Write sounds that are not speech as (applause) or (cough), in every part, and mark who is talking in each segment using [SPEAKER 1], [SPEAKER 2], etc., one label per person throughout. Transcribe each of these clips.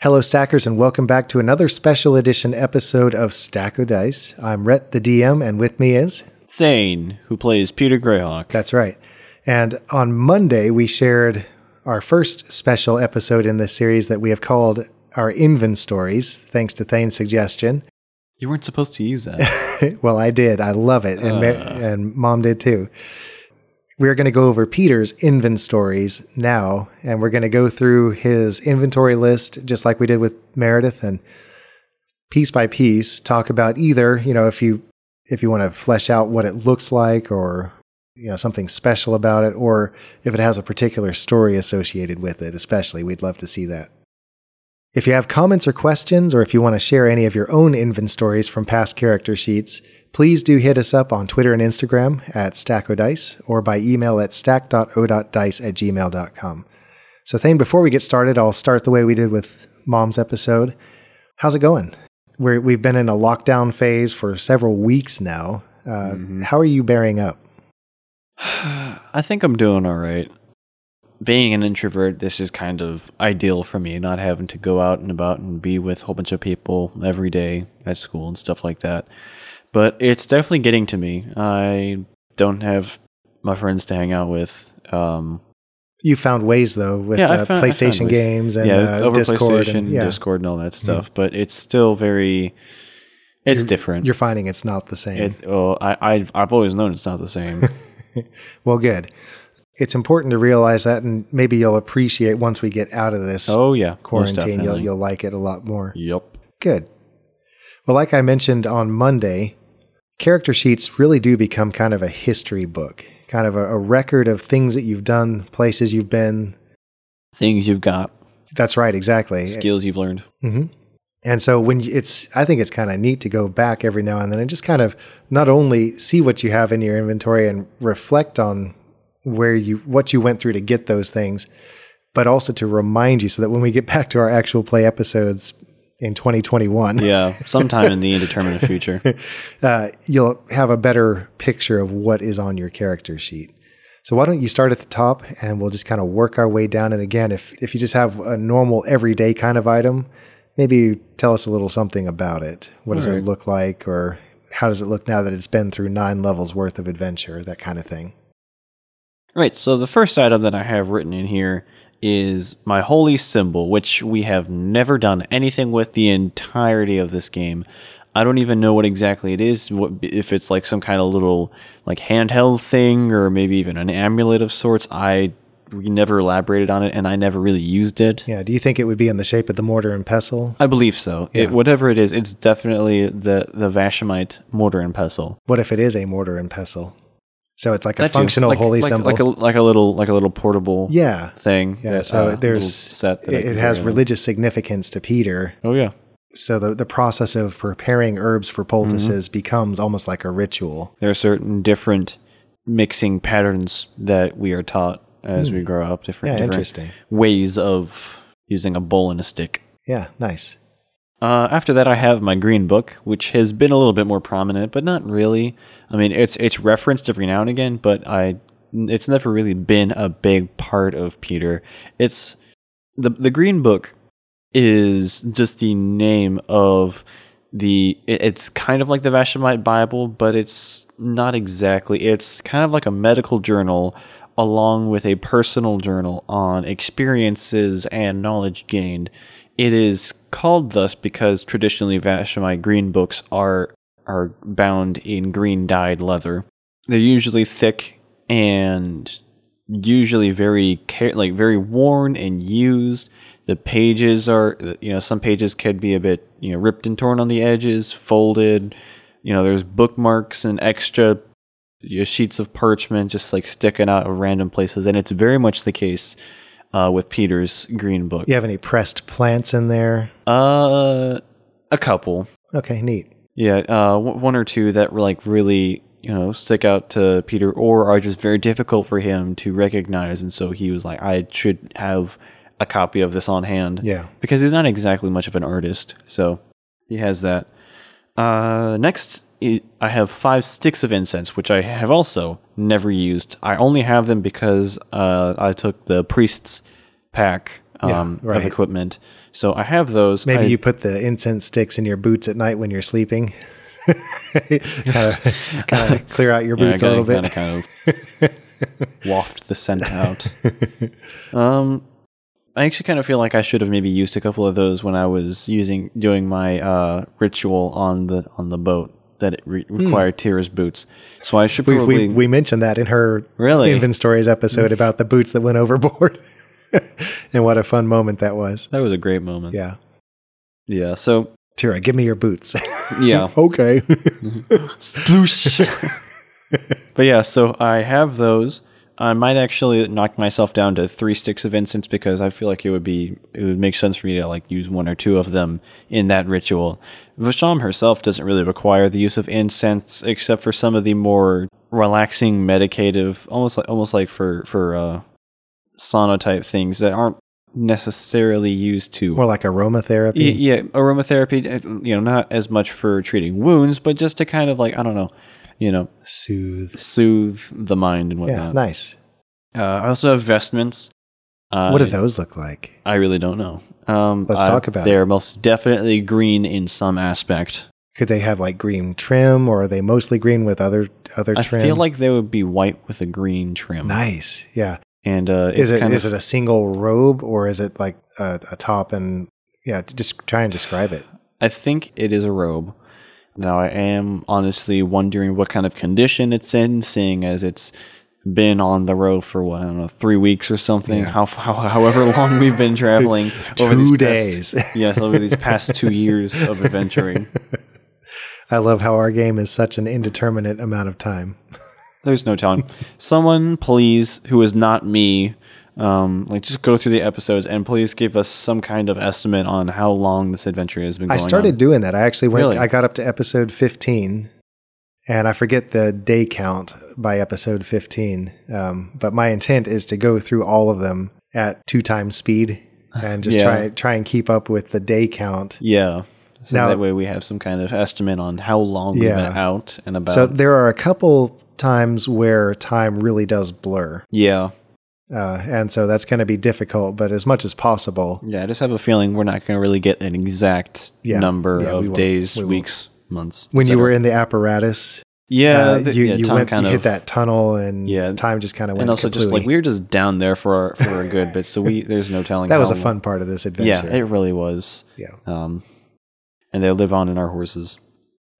[SPEAKER 1] Hello, stackers, and welcome back to another special edition episode of Stack O Dice. I'm Rhett, the DM, and with me is
[SPEAKER 2] Thane, who plays Peter Greyhawk.
[SPEAKER 1] that's right. And on Monday, we shared our first special episode in this series that we have called our Inven Stories, thanks to Thane's suggestion.
[SPEAKER 2] You weren't supposed to use that.
[SPEAKER 1] (laughs) well, I did. I love it, and Mar- and Mom did too. We're going to go over Peter's Inven stories now, and we're going to go through his inventory list, just like we did with Meredith, and piece by piece, talk about either you know if you if you want to flesh out what it looks like, or you know something special about it, or if it has a particular story associated with it. Especially, we'd love to see that. If you have comments or questions, or if you want to share any of your own Invent stories from past character sheets, please do hit us up on Twitter and Instagram at StackOdice or by email at stack.o.dice at gmail.com. So, Thane, before we get started, I'll start the way we did with Mom's episode. How's it going? We're, we've been in a lockdown phase for several weeks now. Uh,
[SPEAKER 2] Mm-hmm.
[SPEAKER 1] How are you bearing up?
[SPEAKER 2] (sighs) I think I'm doing all right. Being an introvert, this is kind of ideal for me, not having to go out and about and be with a whole bunch of people every day at school and stuff like that. But it's definitely getting to me. I don't have my friends to hang out with. Um,
[SPEAKER 1] You found ways, though, with
[SPEAKER 2] Yeah, I
[SPEAKER 1] uh,
[SPEAKER 2] found- I found
[SPEAKER 1] PlayStation
[SPEAKER 2] ways.
[SPEAKER 1] games and
[SPEAKER 2] yeah, it's
[SPEAKER 1] uh,
[SPEAKER 2] over
[SPEAKER 1] Discord.
[SPEAKER 2] PlayStation,
[SPEAKER 1] And, yeah, Mm-hmm.
[SPEAKER 2] Discord, and all that stuff. But it's still very, it's different.
[SPEAKER 1] You're finding it's not the same.
[SPEAKER 2] It, oh, I, I've I've always known it's not
[SPEAKER 1] (laughs)
[SPEAKER 2] the same.
[SPEAKER 1] Well, good. It's important to realize that, and maybe you'll appreciate once we get out of this
[SPEAKER 2] oh yeah, most
[SPEAKER 1] quarantine. You'll
[SPEAKER 2] definitely.
[SPEAKER 1] you'll like it a lot more.
[SPEAKER 2] Yep.
[SPEAKER 1] Good. Well, like I mentioned on Monday, character sheets really do become kind of a history book, kind of a, a record of things that you've done, places you've been.
[SPEAKER 2] Things you've got,
[SPEAKER 1] That's right, exactly.
[SPEAKER 2] skills you've learned.
[SPEAKER 1] hmm And so when you- it's, I think it's kind of neat to go back every now and then and just kind of not only see what you have in your inventory and reflect on where you, what you went through to get those things, but also to remind you so that when we get (laughs) back to our actual play episodes in 2021,
[SPEAKER 2] Yeah, sometime in the
[SPEAKER 1] (laughs)
[SPEAKER 2] indeterminate future.
[SPEAKER 1] uh, you'll have a better picture of what is on your character sheet. So why don't you start at the top and we'll just kind of work our way down. And again, if if you just have a normal everyday kind of item, maybe tell us a little something about it. What does it look like, or how does it look now that it's been through nine levels worth of adventure, that kind of thing.
[SPEAKER 2] Right, so the first item that I have written in here is my holy symbol, which we have never done anything with the entirety of this game. I don't even know what exactly it is, what if it's like some kind of little like handheld thing or maybe even an amulet of sorts. I we never elaborated on it and I never really used it.
[SPEAKER 1] Yeah. Do you think it would be in the shape of the mortar and pestle?
[SPEAKER 2] I believe so. It, whatever it is, it's definitely the the Vashemite mortar and pestle.
[SPEAKER 1] What if it is a mortar and pestle? So it's like a
[SPEAKER 2] That too.
[SPEAKER 1] functional
[SPEAKER 2] Like-
[SPEAKER 1] holy
[SPEAKER 2] like,
[SPEAKER 1] symbol.
[SPEAKER 2] like a like a little like a little portable
[SPEAKER 1] yeah.
[SPEAKER 2] thing.
[SPEAKER 1] Yeah.
[SPEAKER 2] that, uh,
[SPEAKER 1] so
[SPEAKER 2] little
[SPEAKER 1] there's
[SPEAKER 2] set. that I
[SPEAKER 1] it,
[SPEAKER 2] can
[SPEAKER 1] it
[SPEAKER 2] carry
[SPEAKER 1] has
[SPEAKER 2] around.
[SPEAKER 1] religious significance to Peter.
[SPEAKER 2] Oh yeah.
[SPEAKER 1] so the, the process of preparing herbs for poultices
[SPEAKER 2] Mm-hmm.
[SPEAKER 1] becomes almost like a ritual.
[SPEAKER 2] There are certain different mixing patterns that we are taught as we grow up. Different,
[SPEAKER 1] Hmm. Yeah,
[SPEAKER 2] different
[SPEAKER 1] interesting.
[SPEAKER 2] ways of using a bowl and a stick.
[SPEAKER 1] Yeah, nice.
[SPEAKER 2] Uh, after that, I have my green book, which has been a little bit more prominent, but not really. I mean, it's it's referenced every now and again, but I it's never really been a big part of Peter. It's the the green book is just the name of the. it- It's kind of like the Vashemite Bible, but it's not exactly. It's kind of like a medical journal. Along with a personal journal on experiences and knowledge gained, it is called thus because traditionally Vashemite green books are are bound in green dyed leather. They're usually thick and usually very care- like very worn and used. The pages are you know some pages could be a bit you know ripped and torn on the edges, folded. You know there's bookmarks and extra you know, sheets of parchment just like sticking out of random places, and it's very much the case uh, with Peter's green book.
[SPEAKER 1] You have any pressed plants in there?
[SPEAKER 2] Uh, a couple.
[SPEAKER 1] Okay, neat.
[SPEAKER 2] Yeah, uh, w- one or two that were like really, you know, stick out to Peter, or are just very difficult for him to recognize, and so he was like, I should have a copy of this on hand.
[SPEAKER 1] Yeah.
[SPEAKER 2] because he's not exactly much of an artist, so he has that. Uh, next, i- I have five sticks of incense, which I have also never used. I only have them because uh, I took the priest's pack um,
[SPEAKER 1] Yeah, right.
[SPEAKER 2] of equipment. So I have those.
[SPEAKER 1] Maybe
[SPEAKER 2] I-
[SPEAKER 1] you put the incense sticks in your boots at night when you're sleeping. (laughs)
[SPEAKER 2] (laughs)
[SPEAKER 1] kind of clear out your boots a little bit.
[SPEAKER 2] Kind of, kind of (laughs) waft the scent out. (laughs) Um, I actually kind of feel like I should have maybe used a couple of those when I was using doing my uh, ritual on the on the boat that it re- required Tira's boots. So I should
[SPEAKER 1] We,
[SPEAKER 2] probably
[SPEAKER 1] we, we mentioned that in her
[SPEAKER 2] Really?
[SPEAKER 1] Invent Stories episode about the boots that went overboard. (laughs) and what a fun moment that was.
[SPEAKER 2] that was a great moment.
[SPEAKER 1] Yeah.
[SPEAKER 2] Yeah. So
[SPEAKER 1] Tira, give me your
[SPEAKER 2] (laughs)
[SPEAKER 1] boots. (laughs)
[SPEAKER 2] yeah.
[SPEAKER 1] okay.
[SPEAKER 2] Sploosh. but yeah, so I have those. I might actually knock myself down to three sticks of incense because I feel like it would be it would make sense for me to like use one or two of them in that ritual. Vasham herself doesn't really require the use of incense except for some of the more relaxing, meditative, almost like almost like for for uh, sauna type things that aren't necessarily used to
[SPEAKER 1] More like aromatherapy.
[SPEAKER 2] Y- yeah, aromatherapy. uh, You know, not as much for treating wounds, but just to kind of like I don't know, you know,
[SPEAKER 1] Soothe.
[SPEAKER 2] soothe the mind and
[SPEAKER 1] Yeah,
[SPEAKER 2] whatnot.
[SPEAKER 1] nice.
[SPEAKER 2] uh, I also have vestments. Uh,
[SPEAKER 1] what do those look like?
[SPEAKER 2] I really don't know. Um,
[SPEAKER 1] Let's
[SPEAKER 2] uh,
[SPEAKER 1] talk about
[SPEAKER 2] They're most definitely green in some aspect.
[SPEAKER 1] Could they have like green trim or are they mostly green with other other
[SPEAKER 2] I
[SPEAKER 1] trim?
[SPEAKER 2] feel like they would be white with a green trim.
[SPEAKER 1] nice. Yeah.
[SPEAKER 2] And uh, it's
[SPEAKER 1] Is it
[SPEAKER 2] kind
[SPEAKER 1] is
[SPEAKER 2] of
[SPEAKER 1] it a single robe or is it like a, a top and yeah, just try and describe it.
[SPEAKER 2] I think it is a robe. Now, I am honestly wondering what kind of condition it's in, seeing as it's been on the road for what I don't know, three weeks or something. How, how however long
[SPEAKER 1] (laughs)
[SPEAKER 2] we've been traveling over
[SPEAKER 1] Two
[SPEAKER 2] these
[SPEAKER 1] days.
[SPEAKER 2] Past, (laughs) yes, over these past two years of adventuring.
[SPEAKER 1] I love how our game is such an indeterminate amount of time.
[SPEAKER 2] There's no telling. Someone, please, who is not me, um, like just go through the episodes and please give us some kind of estimate on how long this adventure has been.
[SPEAKER 1] I
[SPEAKER 2] going
[SPEAKER 1] started
[SPEAKER 2] On.
[SPEAKER 1] doing that. I actually went
[SPEAKER 2] Really?
[SPEAKER 1] I got up to episode 15 and I forget the day count by episode 15. Um, but my intent is to go through all of them at two times
[SPEAKER 2] (sighs)
[SPEAKER 1] speed and just
[SPEAKER 2] Yeah.
[SPEAKER 1] try try and keep up with the day count
[SPEAKER 2] Yeah. So
[SPEAKER 1] Now-
[SPEAKER 2] that way we have some kind of estimate on how long we've been
[SPEAKER 1] Yeah.
[SPEAKER 2] out and about.
[SPEAKER 1] So there are a couple times where time really does blur.
[SPEAKER 2] yeah.
[SPEAKER 1] Uh, and so that's going to be difficult, but as much as possible,
[SPEAKER 2] Yeah. I just have a feeling we're not going to really get an exact
[SPEAKER 1] Yeah.
[SPEAKER 2] number
[SPEAKER 1] Yeah, we
[SPEAKER 2] of
[SPEAKER 1] won't.
[SPEAKER 2] days,
[SPEAKER 1] We won't.
[SPEAKER 2] weeks, months.
[SPEAKER 1] when
[SPEAKER 2] et
[SPEAKER 1] you
[SPEAKER 2] cetera.
[SPEAKER 1] were in the apparatus,
[SPEAKER 2] yeah,
[SPEAKER 1] uh,
[SPEAKER 2] the-
[SPEAKER 1] you,
[SPEAKER 2] yeah,
[SPEAKER 1] you
[SPEAKER 2] time
[SPEAKER 1] went,
[SPEAKER 2] kind
[SPEAKER 1] you
[SPEAKER 2] of
[SPEAKER 1] hit that tunnel and
[SPEAKER 2] Yeah.
[SPEAKER 1] time just kind of went.
[SPEAKER 2] and also just like
[SPEAKER 1] completely-
[SPEAKER 2] we were just down there for for a good bit, so
[SPEAKER 1] (laughs)
[SPEAKER 2] we there's no telling.
[SPEAKER 1] that
[SPEAKER 2] how
[SPEAKER 1] was a
[SPEAKER 2] long-
[SPEAKER 1] fun part of this
[SPEAKER 2] Yeah,
[SPEAKER 1] adventure.
[SPEAKER 2] it really was.
[SPEAKER 1] Yeah.
[SPEAKER 2] Um, and they live on in our horses.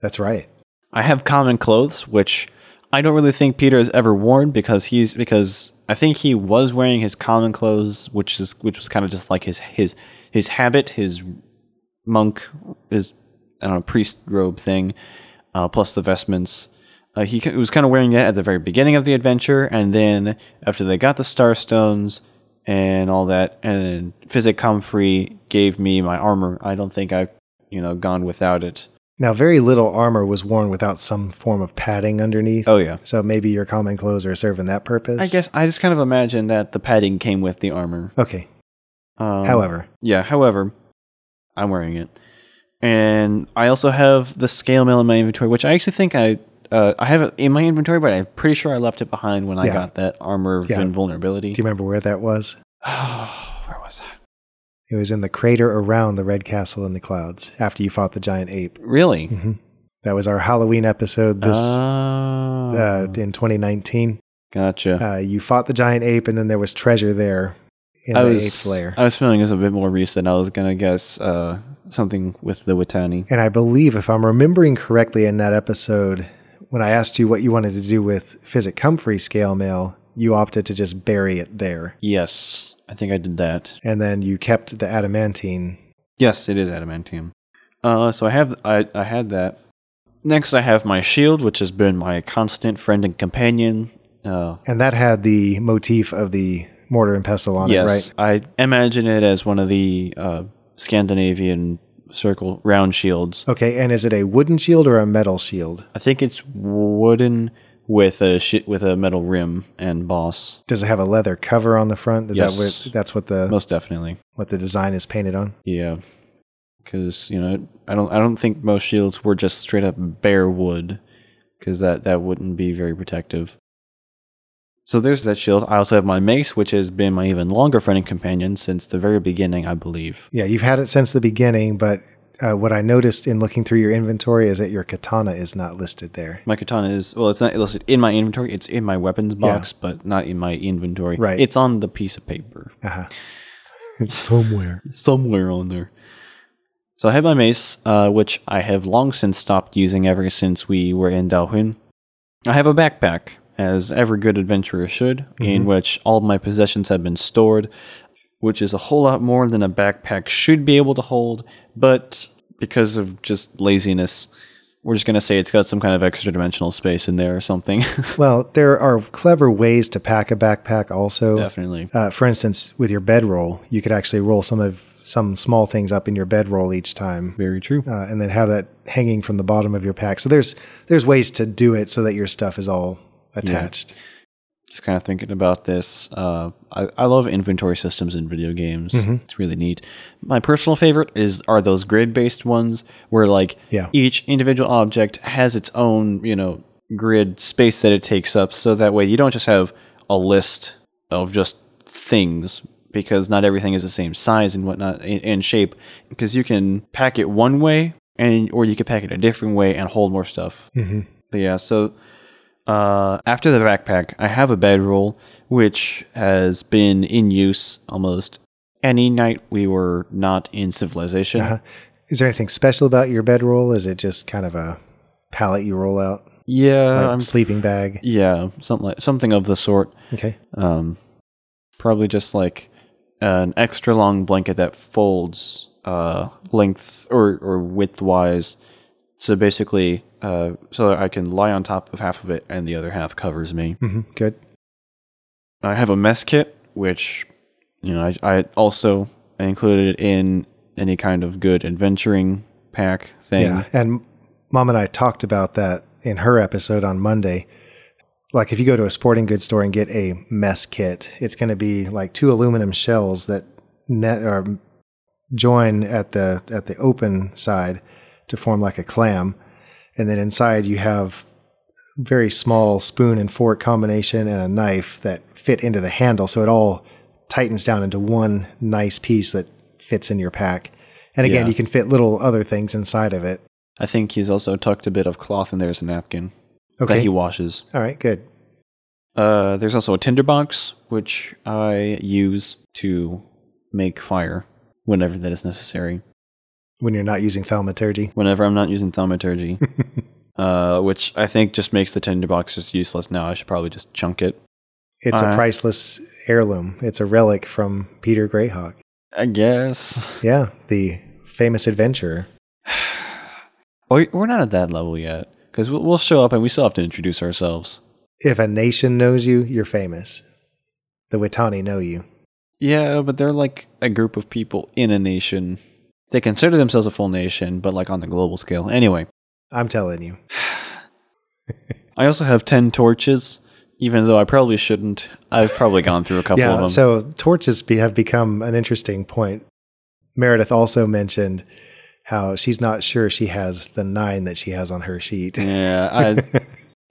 [SPEAKER 1] that's right.
[SPEAKER 2] I have common clothes, which I don't really think Peter has ever worn because he's because I think he was wearing his common clothes, which is which was kind of just like his his his habit, his monk, his I don't know priest robe thing, uh, plus the vestments. Uh, he ki- was kind of wearing that at the very beginning of the adventure, and then after they got the star stones and all that, and then Physic Comfrey gave me my armor. I don't think I've you know gone without it.
[SPEAKER 1] Now, very little armor was worn without some form of padding underneath.
[SPEAKER 2] Oh yeah.
[SPEAKER 1] So maybe your common clothes are serving that purpose.
[SPEAKER 2] I guess I just kind of imagine that the padding came with the armor.
[SPEAKER 1] Okay.
[SPEAKER 2] Um,
[SPEAKER 1] However,
[SPEAKER 2] yeah. However, I'm wearing it, and I also have the scale mill in my inventory, which I actually think I uh, I have it in my inventory, but I'm pretty sure I left it behind when I
[SPEAKER 1] Yeah.
[SPEAKER 2] got that armor of
[SPEAKER 1] Yeah.
[SPEAKER 2] invulnerability.
[SPEAKER 1] do you remember where that was?
[SPEAKER 2] (sighs) Where was that?
[SPEAKER 1] It was in the crater around the Red Castle in the clouds after you fought the giant ape.
[SPEAKER 2] Really?
[SPEAKER 1] hmm That was our Halloween episode this
[SPEAKER 2] Oh.
[SPEAKER 1] uh, in 2019.
[SPEAKER 2] gotcha.
[SPEAKER 1] Uh, you fought the giant ape, and then there was treasure there in
[SPEAKER 2] I
[SPEAKER 1] the
[SPEAKER 2] was
[SPEAKER 1] ape's lair.
[SPEAKER 2] I was feeling this a bit more recent. I was gonna guess uh, something with the Watani.
[SPEAKER 1] and I believe, if I'm remembering correctly, in that episode, when I asked you what you wanted to do with Physic Comfrey scale mail, you opted to just bury it there,
[SPEAKER 2] Yes, I think I did that.
[SPEAKER 1] and then you kept the adamantine.
[SPEAKER 2] Yes, it is adamantium. Uh, so I have I, I had that. Next, I have my shield, which has been my constant friend and companion. Uh,
[SPEAKER 1] And that had the motif of the mortar and pestle on
[SPEAKER 2] yes,
[SPEAKER 1] it, right?
[SPEAKER 2] I imagine it as one of the uh, Scandinavian circle round shields.
[SPEAKER 1] Okay, and is it a wooden shield or a metal shield?
[SPEAKER 2] I think it's wooden with a shi with a metal rim and boss.
[SPEAKER 1] Does it have a leather cover on the front? Is
[SPEAKER 2] Yes.
[SPEAKER 1] that what, that's what the
[SPEAKER 2] Most definitely,
[SPEAKER 1] what the design is painted on?
[SPEAKER 2] yeah. Because you know, I don't I don't think most shields were just straight up bare wood, because that that wouldn't be very protective. So there's that shield. I also have my mace, which has been my even longer friend and companion since the very beginning, I believe.
[SPEAKER 1] Yeah, you've had it since the beginning, but uh, what I noticed in looking through your inventory is that your katana is not listed there.
[SPEAKER 2] My katana is well, it's not listed in my inventory. It's in my weapons box, but not in my inventory.
[SPEAKER 1] Right.
[SPEAKER 2] It's on the piece of paper
[SPEAKER 1] Uh-huh. It's somewhere.
[SPEAKER 2] somewhere on there. So I have my mace, uh, which I have long since stopped using ever since we were in Dalhuin. I have a backpack, as every good adventurer should, in which all of my possessions have been stored, which is a whole lot more than a backpack should be able to hold, but because of just laziness, we're just going to say it's got some kind of extra dimensional space in there or something. (laughs)
[SPEAKER 1] Well, there are clever ways to pack a backpack also.
[SPEAKER 2] Definitely.
[SPEAKER 1] Uh, for instance, with your bedroll, you could actually roll some of some small things up in your bedroll each time,
[SPEAKER 2] Very true.
[SPEAKER 1] uh, and then have that hanging from the bottom of your pack. So there's there's ways to do it so that your stuff is all attached.
[SPEAKER 2] just kind of thinking about this. Uh, I, I love inventory systems in video games. It's really neat. My personal favorite is are those grid based ones where like
[SPEAKER 1] Yeah.
[SPEAKER 2] each individual object has its own you know grid space that it takes up, so that way you don't just have a list of just things because not everything is the same size and whatnot and, and shape. Because you can pack it one way and or you can pack it a different way and hold more stuff. But yeah, so uh, after the backpack, I have a bedroll which has been in use almost any night we were not in civilization.
[SPEAKER 1] Is there anything special about your bedroll? Is it just kind of a pallet you roll out,
[SPEAKER 2] Yeah,
[SPEAKER 1] like
[SPEAKER 2] Uh, I'm,
[SPEAKER 1] sleeping bag?
[SPEAKER 2] yeah, something like, something of the sort.
[SPEAKER 1] Okay,
[SPEAKER 2] Um, probably just like an extra long blanket that folds uh, length or or widthwise. So basically, uh, so I can lie on top of half of it and the other half covers me.
[SPEAKER 1] hmm good.
[SPEAKER 2] I have a mess kit, which you know I, I also included in any kind of good adventuring pack thing.
[SPEAKER 1] Yeah, and mom and I talked about that in her episode on Monday. Like if you go to a sporting goods store and get a mess kit, it's going to be like two aluminum shells that net or join at the at the open side to form like a clam, and then inside you have very small spoon and fork combination and a knife that fit into the handle, so it all tightens down into one nice piece that fits in your pack. And again,
[SPEAKER 2] Yeah.
[SPEAKER 1] you can fit little other things inside of it.
[SPEAKER 2] I think he's also tucked a bit of cloth in there as a napkin
[SPEAKER 1] Okay.
[SPEAKER 2] that he washes.
[SPEAKER 1] All right. Good.
[SPEAKER 2] Uh, there's also a tinder box which I use to make fire whenever that is necessary.
[SPEAKER 1] When you're not using
[SPEAKER 2] (laughs)
[SPEAKER 1] thaumaturgy.
[SPEAKER 2] Whenever I'm not
[SPEAKER 1] (laughs)
[SPEAKER 2] using thaumaturgy, uh, which I think just makes the tinder box just useless now. I should probably just chunk it.
[SPEAKER 1] It's
[SPEAKER 2] All
[SPEAKER 1] a
[SPEAKER 2] right.
[SPEAKER 1] priceless heirloom. It's a relic from Peter Greyhawk.
[SPEAKER 2] I guess.
[SPEAKER 1] Yeah, the famous adventurer.
[SPEAKER 2] Well, we're not at that level yet because we'll, we'll show up and we still have to introduce ourselves.
[SPEAKER 1] If a nation knows you, you're famous. The Witani know you.
[SPEAKER 2] Yeah, but they're like a group of people in a nation. They consider themselves a full nation, but like on the global scale. Anyway,
[SPEAKER 1] I'm telling you.
[SPEAKER 2] I also have 10 torches, even though I probably shouldn't. I've probably gone through a couple of
[SPEAKER 1] Yeah.
[SPEAKER 2] them.
[SPEAKER 1] So torches be, have become an interesting point. Meredith also mentioned how she's not sure she has the nine that she has on her sheet.
[SPEAKER 2] yeah,
[SPEAKER 1] (laughs)
[SPEAKER 2] I,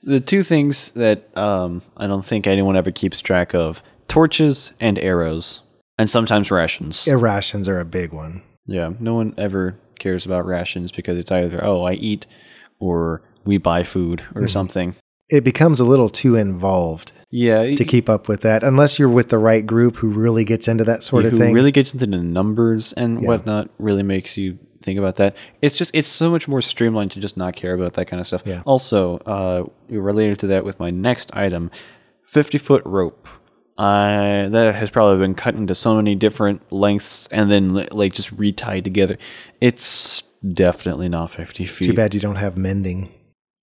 [SPEAKER 2] the two things that um, I don't think anyone ever keeps track of torches and arrows, and sometimes rations.
[SPEAKER 1] Irrations are a big one.
[SPEAKER 2] Yeah, no one ever cares about rations because it's either oh I eat or we buy food
[SPEAKER 1] Mm-hmm.
[SPEAKER 2] or something.
[SPEAKER 1] It becomes a little too involved.
[SPEAKER 2] Yeah,
[SPEAKER 1] to keep up with that unless you're with the right group who really gets into that sort of
[SPEAKER 2] who
[SPEAKER 1] thing
[SPEAKER 2] really gets into the numbers and
[SPEAKER 1] Yeah.
[SPEAKER 2] whatnot really makes you think about that. It's just it's so much more streamlined to just not care about that kind of stuff.
[SPEAKER 1] Yeah.
[SPEAKER 2] Also, uh, related to that with my next item, fifty foot rope. I that has probably been cut into so many different lengths and then li- like just retied together. It's definitely not fifty feet.
[SPEAKER 1] too bad you don't have mending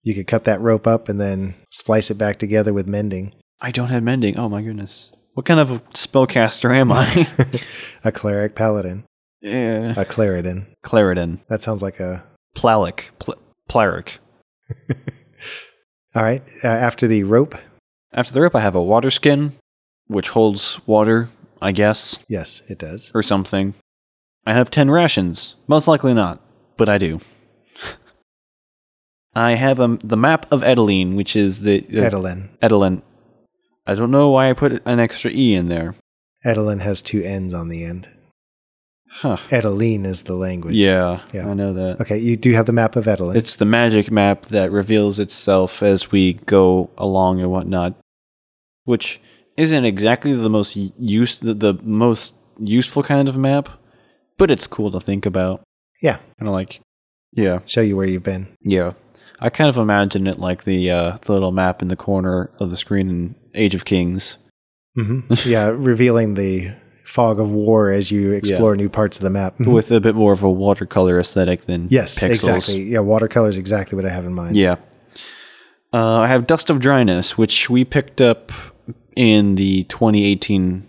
[SPEAKER 1] you could cut that rope up and then splice it back together with mending
[SPEAKER 2] I don't have mending. Oh my goodness. What kind of a spellcaster am I?
[SPEAKER 1] a cleric paladin
[SPEAKER 2] yeah.
[SPEAKER 1] a claridin
[SPEAKER 2] Claritin.
[SPEAKER 1] that sounds like a
[SPEAKER 2] Plalic. Pl- Plaric.
[SPEAKER 1] all right uh, after the rope
[SPEAKER 2] After the rope, I have a water skin, which holds water, I guess,
[SPEAKER 1] yes it does
[SPEAKER 2] or something. I have 10 rations. Most likely not, but I do. (laughs) I have um, the map of Edeline, which is the. the
[SPEAKER 1] Edelin.
[SPEAKER 2] Edeline. I don't know why I put an extra E in there.
[SPEAKER 1] Edelin has two N's on the end.
[SPEAKER 2] Huh.
[SPEAKER 1] Edeline is the language.
[SPEAKER 2] yeah,
[SPEAKER 1] yeah.
[SPEAKER 2] I know that.
[SPEAKER 1] Okay, you do have the map of Edelin.
[SPEAKER 2] It's the magic map that reveals itself as we go along and whatnot, which isn't exactly the most y- use the, the most useful kind of map, but it's cool to think about.
[SPEAKER 1] yeah,
[SPEAKER 2] Kind of like, yeah,
[SPEAKER 1] show you where you've been.
[SPEAKER 2] yeah. I kind of imagine it like the uh, the little map in the corner of the screen in Age of Kings.
[SPEAKER 1] hmm
[SPEAKER 2] (laughs)
[SPEAKER 1] yeah, revealing the fog of war as you explore new parts of the map. Mhm.
[SPEAKER 2] with a bit more of a watercolor aesthetic than
[SPEAKER 1] yes,
[SPEAKER 2] pixels.
[SPEAKER 1] exactly. Yeah, watercolor is exactly what I have in mind.
[SPEAKER 2] Yeah. Uh, I have Dust of Dryness, which we picked up in the 2018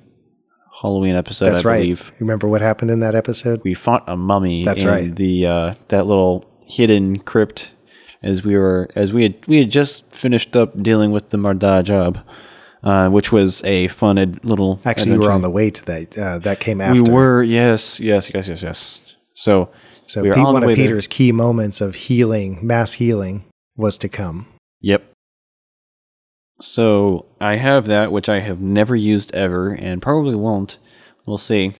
[SPEAKER 2] Halloween episode,
[SPEAKER 1] That's
[SPEAKER 2] I
[SPEAKER 1] right.
[SPEAKER 2] believe.
[SPEAKER 1] Remember what happened in that episode?
[SPEAKER 2] We fought a mummy
[SPEAKER 1] That's
[SPEAKER 2] in
[SPEAKER 1] right.
[SPEAKER 2] the uh, that little hidden crypt as we were as we had we had just finished up dealing with the Marda job, uh, which was a fun ad- little
[SPEAKER 1] Actually, you were
[SPEAKER 2] adventure.
[SPEAKER 1] on the way to that. Uh, that came after.
[SPEAKER 2] We were yes, yes, yes, yes, yes. So
[SPEAKER 1] So
[SPEAKER 2] we were
[SPEAKER 1] Pete-
[SPEAKER 2] on the
[SPEAKER 1] one
[SPEAKER 2] way
[SPEAKER 1] of
[SPEAKER 2] there.
[SPEAKER 1] Peter's key moments of healing, mass healing, was to come.
[SPEAKER 2] Yep. So I have that, which I have never used ever and probably won't. We'll see.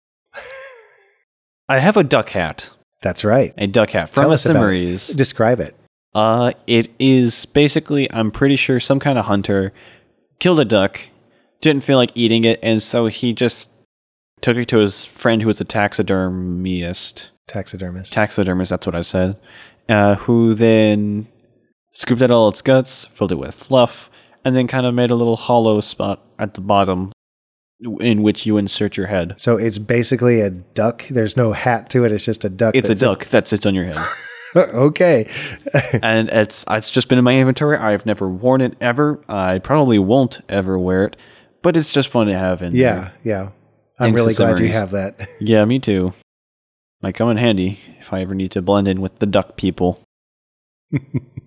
[SPEAKER 2] (laughs) I have a duck hat.
[SPEAKER 1] That's right.
[SPEAKER 2] A duck hat from
[SPEAKER 1] Tell us about
[SPEAKER 2] Asimaries.
[SPEAKER 1] Describe it.
[SPEAKER 2] Uh, it is basically, I'm pretty sure, some kind of hunter killed a duck, didn't feel like eating it, and so he just took it to his friend who was a taxidermist.
[SPEAKER 1] Taxidermist.
[SPEAKER 2] Taxidermist, that's what I said. Uh, who then scooped out all its guts, filled it with fluff, and then kind of made a little hollow spot at the bottom in which you insert your head.
[SPEAKER 1] so it's basically a duck. There's no hat to it. It's just a duck.
[SPEAKER 2] It's a
[SPEAKER 1] that's-
[SPEAKER 2] duck that sits on your head. (laughs)
[SPEAKER 1] (laughs) okay.
[SPEAKER 2] and it's it's just been in my inventory. I've never worn it ever. I probably won't ever wear it, but it's just fun to have in there.
[SPEAKER 1] Yeah. Yeah. I'm
[SPEAKER 2] Thanks,
[SPEAKER 1] really glad you
[SPEAKER 2] Asimaries.
[SPEAKER 1] have that. (laughs)
[SPEAKER 2] Yeah, me too. Might come in handy if I ever need to blend in with the duck people.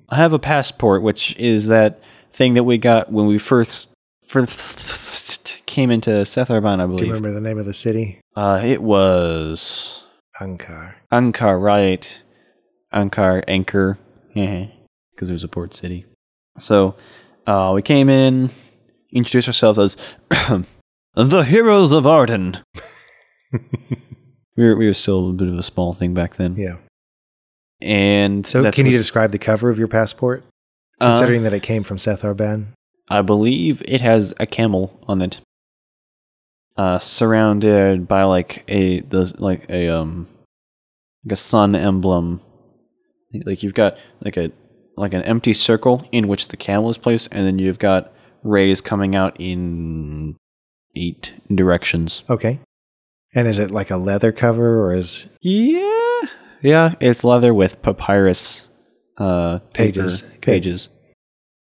[SPEAKER 2] I have a passport, which is that thing that we got when we first first came into Seth Arban, I
[SPEAKER 1] Do you
[SPEAKER 2] believe.
[SPEAKER 1] remember the name of the city?
[SPEAKER 2] Uh, it was
[SPEAKER 1] Ankar.
[SPEAKER 2] Ankar, right? Ankar, Anchor, because it was a port city. So uh, we came in, introduced ourselves as (coughs) the heroes of Arden.
[SPEAKER 1] (laughs)
[SPEAKER 2] we were we were still a bit of a small thing back then,
[SPEAKER 1] Yeah.
[SPEAKER 2] and
[SPEAKER 1] So can you
[SPEAKER 2] what-
[SPEAKER 1] describe the cover of your passport,
[SPEAKER 2] uh,
[SPEAKER 1] considering that it came from Seth Arban?
[SPEAKER 2] I believe it has a camel on it, uh, surrounded by like a the like a um like a sun emblem. Like you've got like a like an empty circle in which the camel is placed, and then you've got rays coming out in eight directions.
[SPEAKER 1] Okay. And is it like a leather cover or is
[SPEAKER 2] Yeah, yeah, it's leather with papyrus uh, paper-
[SPEAKER 1] Pages. Good.
[SPEAKER 2] pages,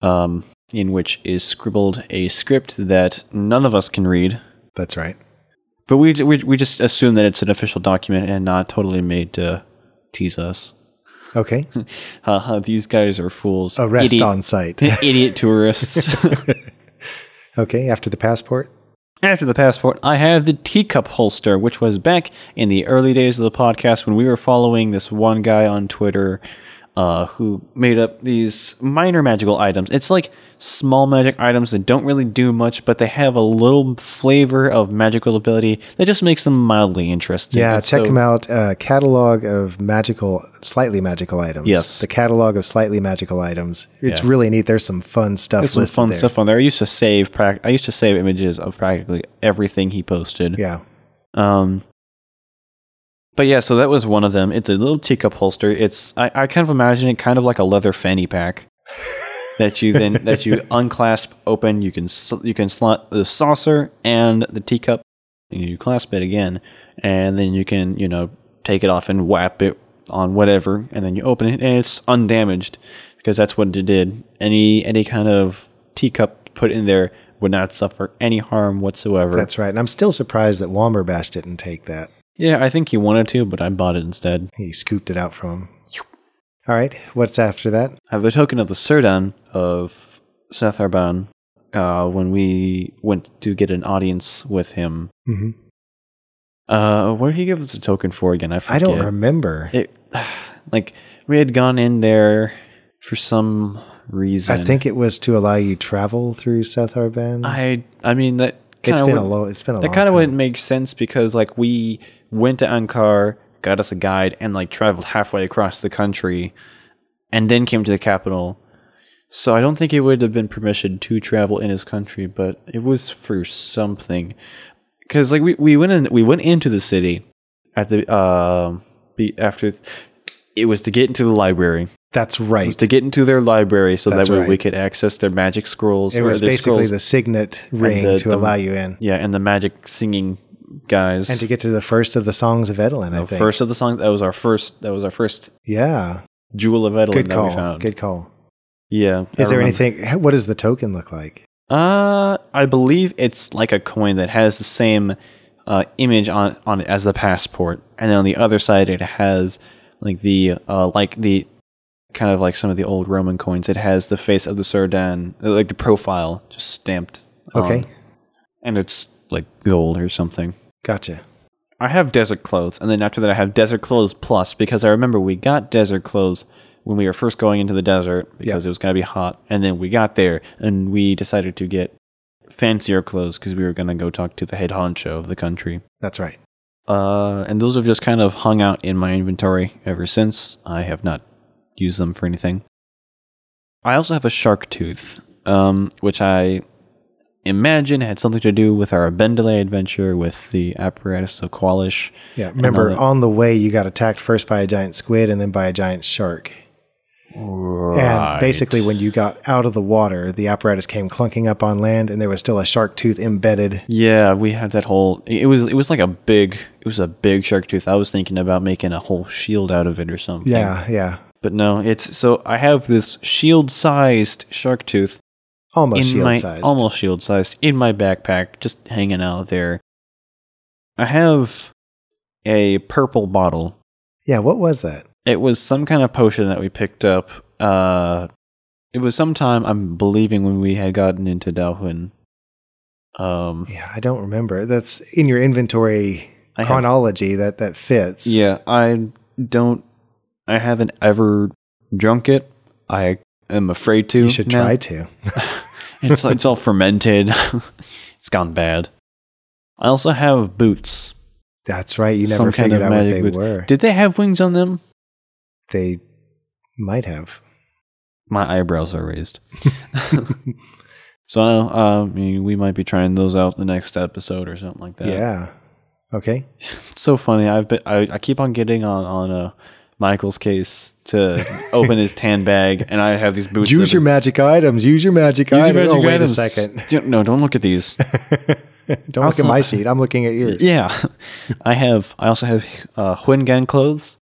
[SPEAKER 2] um, in which is scribbled a script that none of us can read,
[SPEAKER 1] that's right.
[SPEAKER 2] but we we we just assume that it's an official document and not totally made to tease us. (laughs)
[SPEAKER 1] Okay.
[SPEAKER 2] Haha, these guys are fools.
[SPEAKER 1] Arrest
[SPEAKER 2] idiot,
[SPEAKER 1] on site.
[SPEAKER 2] (laughs) idiot
[SPEAKER 1] (laughs)
[SPEAKER 2] tourists.
[SPEAKER 1] okay, after the passport.
[SPEAKER 2] After the passport, I have the teacup holster, which was back in the early days of the podcast when we were following this one guy on Twitter uh, who made up these minor magical items. It's like small magic items that don't really do much, but they have a little flavor of magical ability that just makes them mildly interesting.
[SPEAKER 1] Yeah,
[SPEAKER 2] And
[SPEAKER 1] check
[SPEAKER 2] so-
[SPEAKER 1] him out. Uh, catalog of magical, slightly magical items.
[SPEAKER 2] Yes.
[SPEAKER 1] The catalog of slightly magical items. It's
[SPEAKER 2] Yeah.
[SPEAKER 1] really neat. There's some fun stuff
[SPEAKER 2] There's some
[SPEAKER 1] listed
[SPEAKER 2] fun
[SPEAKER 1] there.
[SPEAKER 2] stuff on there. I used to save. Prac- I used to save images of practically everything he posted.
[SPEAKER 1] Yeah.
[SPEAKER 2] Um, but yeah, so that was one of them. It's a little teacup holster. It's I, I kind of imagine it kind of like a leather fanny pack that you then that you unclasp open. You can sl- you can slot the saucer and the teacup, and you clasp it again, and then you can you know take it off and whap it on whatever, and then you open it and it's undamaged because that's what it did. Any any kind of teacup put in there would not suffer any harm whatsoever.
[SPEAKER 1] That's right. And I'm still surprised that Wamberbash didn't take that.
[SPEAKER 2] Yeah, I think he wanted to, but I bought it instead.
[SPEAKER 1] He scooped it out from him. All right. What's after that?
[SPEAKER 2] I have a token of the Sirdan of Seth Arban uh, when we went to get an audience with him.
[SPEAKER 1] hmm
[SPEAKER 2] Uh, what did he give us a token for again? I
[SPEAKER 1] I
[SPEAKER 2] forget.
[SPEAKER 1] don't
[SPEAKER 2] (sighs)
[SPEAKER 1] remember.
[SPEAKER 2] It, like, we had gone in there for some reason.
[SPEAKER 1] I think it was to allow you travel through Seth Arben.
[SPEAKER 2] I I mean that
[SPEAKER 1] it's
[SPEAKER 2] kinda
[SPEAKER 1] been a
[SPEAKER 2] would-
[SPEAKER 1] low. It's been a.
[SPEAKER 2] that
[SPEAKER 1] long
[SPEAKER 2] kind of
[SPEAKER 1] time.
[SPEAKER 2] wouldn't make sense because like we went to Ankara, got us a guide, and like traveled halfway across the country, and then came to the capital. So I don't think it would have been permission to travel in his country, but it was for something. Because like we, we went in we went into the city at the um be after it was to get into the library
[SPEAKER 1] That's right.
[SPEAKER 2] was to get into their library so
[SPEAKER 1] That's
[SPEAKER 2] that way we
[SPEAKER 1] right.
[SPEAKER 2] could access their magic scrolls.
[SPEAKER 1] It
[SPEAKER 2] or
[SPEAKER 1] was
[SPEAKER 2] their
[SPEAKER 1] basically
[SPEAKER 2] scrolls-
[SPEAKER 1] the signet ring
[SPEAKER 2] the-
[SPEAKER 1] to
[SPEAKER 2] the-
[SPEAKER 1] allow you in,
[SPEAKER 2] yeah, and the magic singing guys.
[SPEAKER 1] and to get to the first of the songs of Edelin. I
[SPEAKER 2] the
[SPEAKER 1] think.
[SPEAKER 2] first of the songs that was our first that was our first
[SPEAKER 1] yeah.
[SPEAKER 2] jewel of Edelin
[SPEAKER 1] Good
[SPEAKER 2] that we
[SPEAKER 1] call.
[SPEAKER 2] found.
[SPEAKER 1] Good call.
[SPEAKER 2] Yeah. I
[SPEAKER 1] Is there
[SPEAKER 2] remember.
[SPEAKER 1] anything? What does the token look like?
[SPEAKER 2] Uh I believe it's like a coin that has the same uh, image on, on it as the passport. And then on the other side it has like the uh, like the kind of like some of the old Roman coins. It has the face of the Sardan like the profile just stamped. on
[SPEAKER 1] Okay,
[SPEAKER 2] and it's like gold or something.
[SPEAKER 1] gotcha.
[SPEAKER 2] I have desert clothes, and then after that, I have desert clothes plus because I remember we got desert clothes when we were first going into the desert because it was going to be hot, and then we got there and we decided to get fancier clothes because we were going to go talk to the head honcho of the country.
[SPEAKER 1] That's right.
[SPEAKER 2] Uh, and those have just kind of hung out in my inventory ever since. I have not used them for anything. I also have a shark tooth, um, which I imagine had something to do with our Abendale adventure with the apparatus of Qualish.
[SPEAKER 1] Yeah. Remember,
[SPEAKER 2] all that-
[SPEAKER 1] on the way, you got attacked first by a giant squid and then by a giant shark. And basically, when you got out of the water, the apparatus came clunking up on land, and there was still a shark tooth embedded.
[SPEAKER 2] yeah, we had that whole. It was it was like a big it was a big shark tooth. I was thinking about making a whole shield out of it or something.
[SPEAKER 1] Yeah, yeah,
[SPEAKER 2] but no, it's so I have this shield-sized shark tooth
[SPEAKER 1] almost
[SPEAKER 2] in my
[SPEAKER 1] shield sized.
[SPEAKER 2] almost shield sized in my backpack, just hanging out there. I have a purple bottle.
[SPEAKER 1] Yeah. What was that?
[SPEAKER 2] It was some kind of potion that we picked up. Uh, it was sometime I'm believing when we had gotten into Dalhun. Um,
[SPEAKER 1] Yeah, I don't remember. That's in your inventory
[SPEAKER 2] I have-
[SPEAKER 1] chronology. that that fits.
[SPEAKER 2] yeah, I don't. I haven't ever drunk it. I am afraid to.
[SPEAKER 1] You should
[SPEAKER 2] now.
[SPEAKER 1] try to.
[SPEAKER 2] (laughs) it's it's all fermented. (laughs) it's gone bad. I also have boots.
[SPEAKER 1] That's right. You never
[SPEAKER 2] Some kind
[SPEAKER 1] figured
[SPEAKER 2] of
[SPEAKER 1] out what
[SPEAKER 2] magic
[SPEAKER 1] they
[SPEAKER 2] boots.
[SPEAKER 1] were.
[SPEAKER 2] Did they have wings on them?
[SPEAKER 1] they might have.
[SPEAKER 2] My eyebrows are raised. (laughs) so uh, I mean, we might be trying those out the next episode or something like that.
[SPEAKER 1] yeah. Okay.
[SPEAKER 2] It's so funny. I've been I, I keep on getting on on uh, Michael's case to open his tan bag, and I have these boots. that
[SPEAKER 1] Use your
[SPEAKER 2] have
[SPEAKER 1] magic items. Use your magic
[SPEAKER 2] been-
[SPEAKER 1] items.
[SPEAKER 2] magic
[SPEAKER 1] oh, wait
[SPEAKER 2] items.
[SPEAKER 1] a second. (laughs)
[SPEAKER 2] Yeah, No, don't look at these.
[SPEAKER 1] Don't
[SPEAKER 2] Also-
[SPEAKER 1] look at my sheet. I'm looking at yours.
[SPEAKER 2] yeah, I have. I also have uh, Huengan clothes.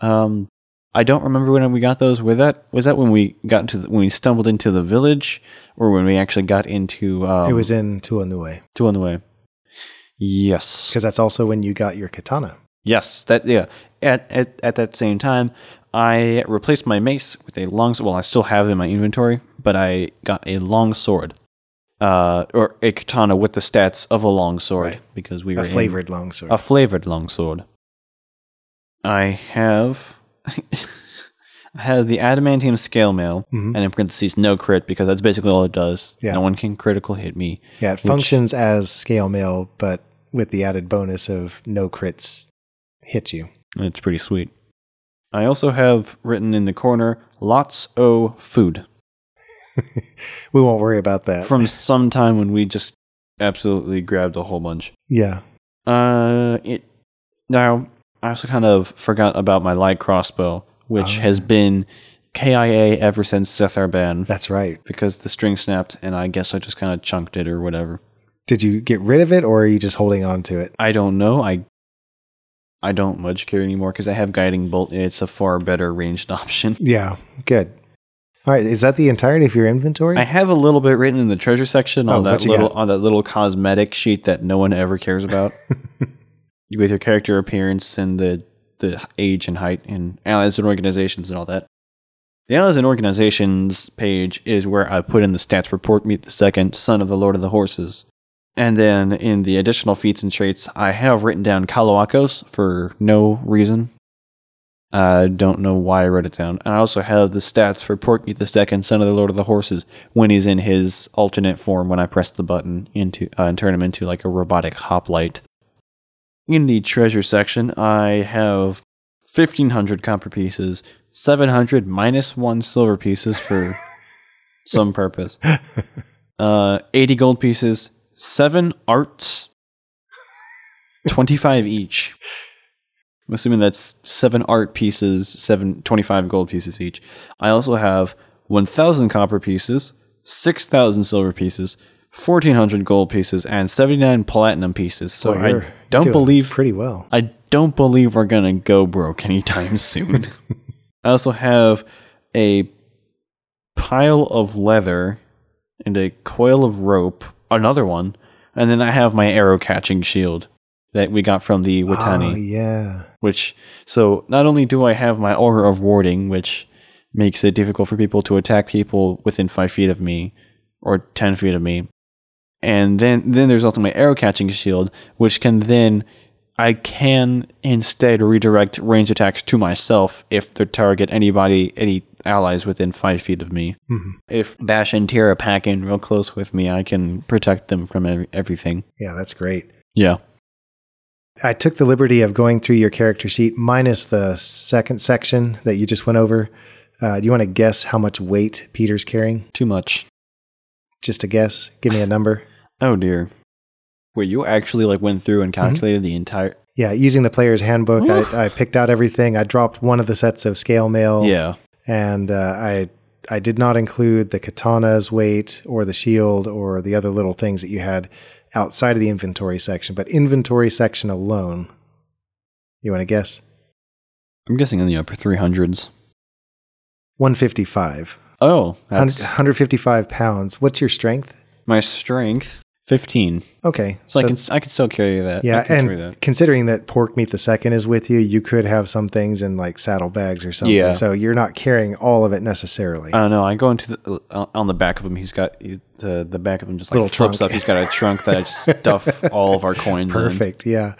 [SPEAKER 2] Um, I don't remember when we got those. Was that was that when we got into the, when we stumbled into the village, or when we actually got into? Um,
[SPEAKER 1] it was in Tuanue
[SPEAKER 2] two on the way. Yes,
[SPEAKER 1] because that's also when you got your katana.
[SPEAKER 2] yes. That yeah. At at at that same time, I replaced my mace with a long. Well, I still have it in my inventory, but I got a long sword. Uh, or a katana with the stats of a long sword
[SPEAKER 1] Right.
[SPEAKER 2] because we were
[SPEAKER 1] A
[SPEAKER 2] in-
[SPEAKER 1] flavored longsword.
[SPEAKER 2] a flavored longsword. I have (laughs) I have the adamantium scale mail,
[SPEAKER 1] Mhm.
[SPEAKER 2] and in parentheses, no crit because that's basically all it does.
[SPEAKER 1] Yeah.
[SPEAKER 2] No one can critical hit me.
[SPEAKER 1] yeah, it functions as scale mail, but with the added bonus of no crits hit you.
[SPEAKER 2] and It's pretty sweet. I also have written in the corner lots o food
[SPEAKER 1] We won't worry about that.
[SPEAKER 2] from some time when we just absolutely grabbed a whole bunch.
[SPEAKER 1] yeah.
[SPEAKER 2] Uh, it now I also kind of forgot about my light crossbow, which
[SPEAKER 1] Ah.
[SPEAKER 2] has been KIA ever since Seth Arban.
[SPEAKER 1] That's right.
[SPEAKER 2] because the string snapped and I guess I just kind of chunked it or whatever.
[SPEAKER 1] Did you get rid of it or are you just holding on to it?
[SPEAKER 2] I don't know. I I don't much care anymore because I have guiding bolt and it's a far better ranged (laughs) option.
[SPEAKER 1] Yeah. Good. All right. Is that the entirety of your inventory?
[SPEAKER 2] I have a little bit written in the treasure section
[SPEAKER 1] Oh,
[SPEAKER 2] on that
[SPEAKER 1] what you
[SPEAKER 2] little
[SPEAKER 1] got?
[SPEAKER 2] on that little cosmetic sheet that no one ever
[SPEAKER 1] (laughs)
[SPEAKER 2] cares about with your character appearance and the the age and height and allies and organizations and all that. The allies and organizations page is where I put in the stats report. Meet the second son of the Lord of the Horses, and then in the additional feats and traits, I have written down Kalawakos for no reason. I don't know why I wrote it down. And I also have the stats for Porky the Second, Son of the Lord of the Horses, when he's in his alternate form when I press the button into uh, and turn him into like a robotic hoplite. In the treasure section, I have 1,500 copper pieces, 700 minus one silver
[SPEAKER 1] (laughs)
[SPEAKER 2] pieces for some purpose, uh, 80 gold pieces, seven arts, 25 each. I'm assuming that's seven art pieces, seven, 25 gold pieces each. I also have 1,000 copper pieces, 6,000 silver pieces, 1,400 gold pieces, and 79 platinum pieces. So
[SPEAKER 1] Boy, you're
[SPEAKER 2] I don't
[SPEAKER 1] doing
[SPEAKER 2] believe
[SPEAKER 1] pretty well.
[SPEAKER 2] I don't believe we're gonna go broke anytime (laughs) soon. I also have a pile of leather and a coil of rope, another one, and then I have my arrow catching shield that we got from the Watani.
[SPEAKER 1] Oh, yeah.
[SPEAKER 2] Which so not only do I have my aura of warding, which makes it difficult for people to attack people within five feet of me or ten feet of me, and then then there's also my arrow catching shield, which can then I can instead redirect range attacks to myself if they target anybody any allies within five feet of me.
[SPEAKER 1] Mhm.
[SPEAKER 2] If Dash and Tira pack in real close with me, I can protect them from every, everything.
[SPEAKER 1] Yeah, that's great.
[SPEAKER 2] Yeah.
[SPEAKER 1] I took the liberty of going through your character sheet minus the second section that you just went over. Uh, do you want to guess how much weight Peter's carrying?
[SPEAKER 2] Too much.
[SPEAKER 1] Just a guess. Give me a number.
[SPEAKER 2] Oh dear. Wait, you actually like went through
[SPEAKER 1] Mm-hmm.
[SPEAKER 2] and calculated the entire
[SPEAKER 1] Yeah, using the player's handbook,
[SPEAKER 2] Oof.
[SPEAKER 1] I, I picked out everything. I dropped one of the sets of scale mail.
[SPEAKER 2] Yeah.
[SPEAKER 1] and uh, I I did not include the katana's weight or the shield or the other little things that you had outside of the inventory section. But inventory section alone, you want to guess
[SPEAKER 2] I'm guessing in the upper 300s.
[SPEAKER 1] 155,
[SPEAKER 2] Oh,
[SPEAKER 1] Hun-
[SPEAKER 2] that's
[SPEAKER 1] 155 pounds. What's your strength?
[SPEAKER 2] my strength 15.
[SPEAKER 1] Okay,
[SPEAKER 2] So, I can I can still carry that. I
[SPEAKER 1] yeah,
[SPEAKER 2] can carry
[SPEAKER 1] and
[SPEAKER 2] that.
[SPEAKER 1] considering that pork meat the second is with you, you could have some things in like saddlebags or something.
[SPEAKER 2] Yeah.
[SPEAKER 1] So you're not carrying all of it necessarily.
[SPEAKER 2] I don't know. I go into the uh, on the back of him. He's got he, the the back of him just like
[SPEAKER 1] Little
[SPEAKER 2] flips
[SPEAKER 1] trunk.
[SPEAKER 2] up. He's got a trunk that
[SPEAKER 1] (laughs)
[SPEAKER 2] I just stuff all of our coins in.
[SPEAKER 1] Perfect. Yeah.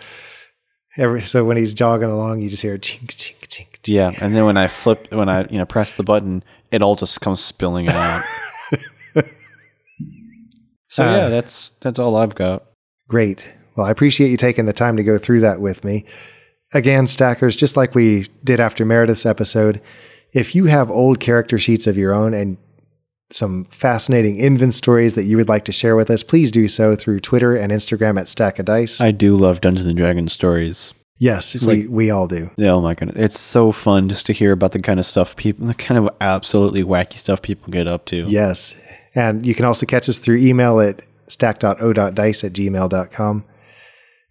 [SPEAKER 1] Every, so when he's jogging along, you just hear chink chink chink. chink.
[SPEAKER 2] Yeah, and then when I flip when I you know press the button, it all just comes
[SPEAKER 1] (laughs)
[SPEAKER 2] spilling out. so
[SPEAKER 1] Uh,
[SPEAKER 2] yeah, that's that's all I've got.
[SPEAKER 1] Great. Well, I appreciate you taking the time to go through that with me. Again, stackers, just like we did after Meredith's episode, if you have old character sheets of your own and some fascinating invent stories that you would like to share with us, please do so through Twitter and Instagram at Stack of Dice.
[SPEAKER 2] I do love Dungeons and Dragons stories.
[SPEAKER 1] yes, we, we all do.
[SPEAKER 2] Yeah, Oh my goodness, it's so fun just to hear about the kind of stuff people, the kind of absolutely wacky stuff people get up to.
[SPEAKER 1] Yes. And you can also catch us through email at stack.o.dice at gmail.com.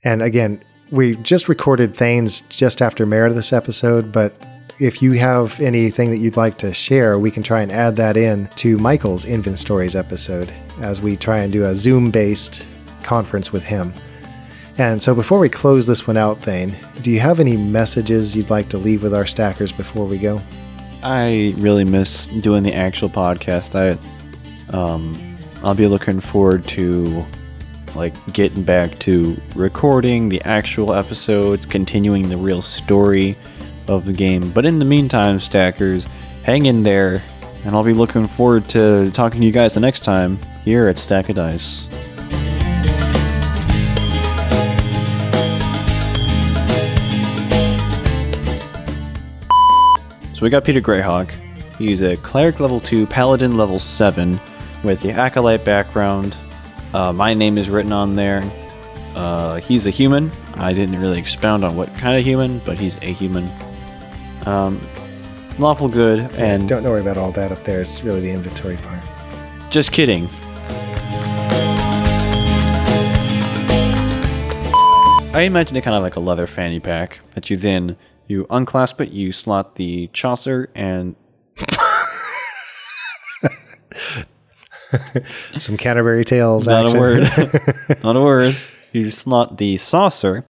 [SPEAKER 1] And again, we just recorded Thane's just after Meredith's episode, but if you have anything that you'd like to share, we can try and add that in to Michael's Invent Stories episode as we try and do a Zoom based conference with him. And so before we close this one out, Thane, do you have any messages you'd like to leave with our stackers before we go?
[SPEAKER 2] I really miss doing the actual podcast. I, um, I'll be looking forward to, like, getting back to recording the actual episodes, continuing the real story of the game. But in the meantime, stackers, hang in there, and I'll be looking forward to talking to you guys the next time here at Stack of Dice. So we got Peter Greyhawk. He's a cleric level 2, paladin level 7, with the acolyte background. Uh, my name is written on there. Uh, he's a human. I didn't really expound on what kind of human, but he's a human. Um, lawful good, and
[SPEAKER 1] Don't worry about all that up there. It's really the inventory part.
[SPEAKER 2] just kidding. I imagine it kind of like a leather fanny pack that you then you unclasp it, you slot the Chaucer and
[SPEAKER 1] some Canterbury Tales.
[SPEAKER 2] not
[SPEAKER 1] action.
[SPEAKER 2] a word, not a word. You slot the saucer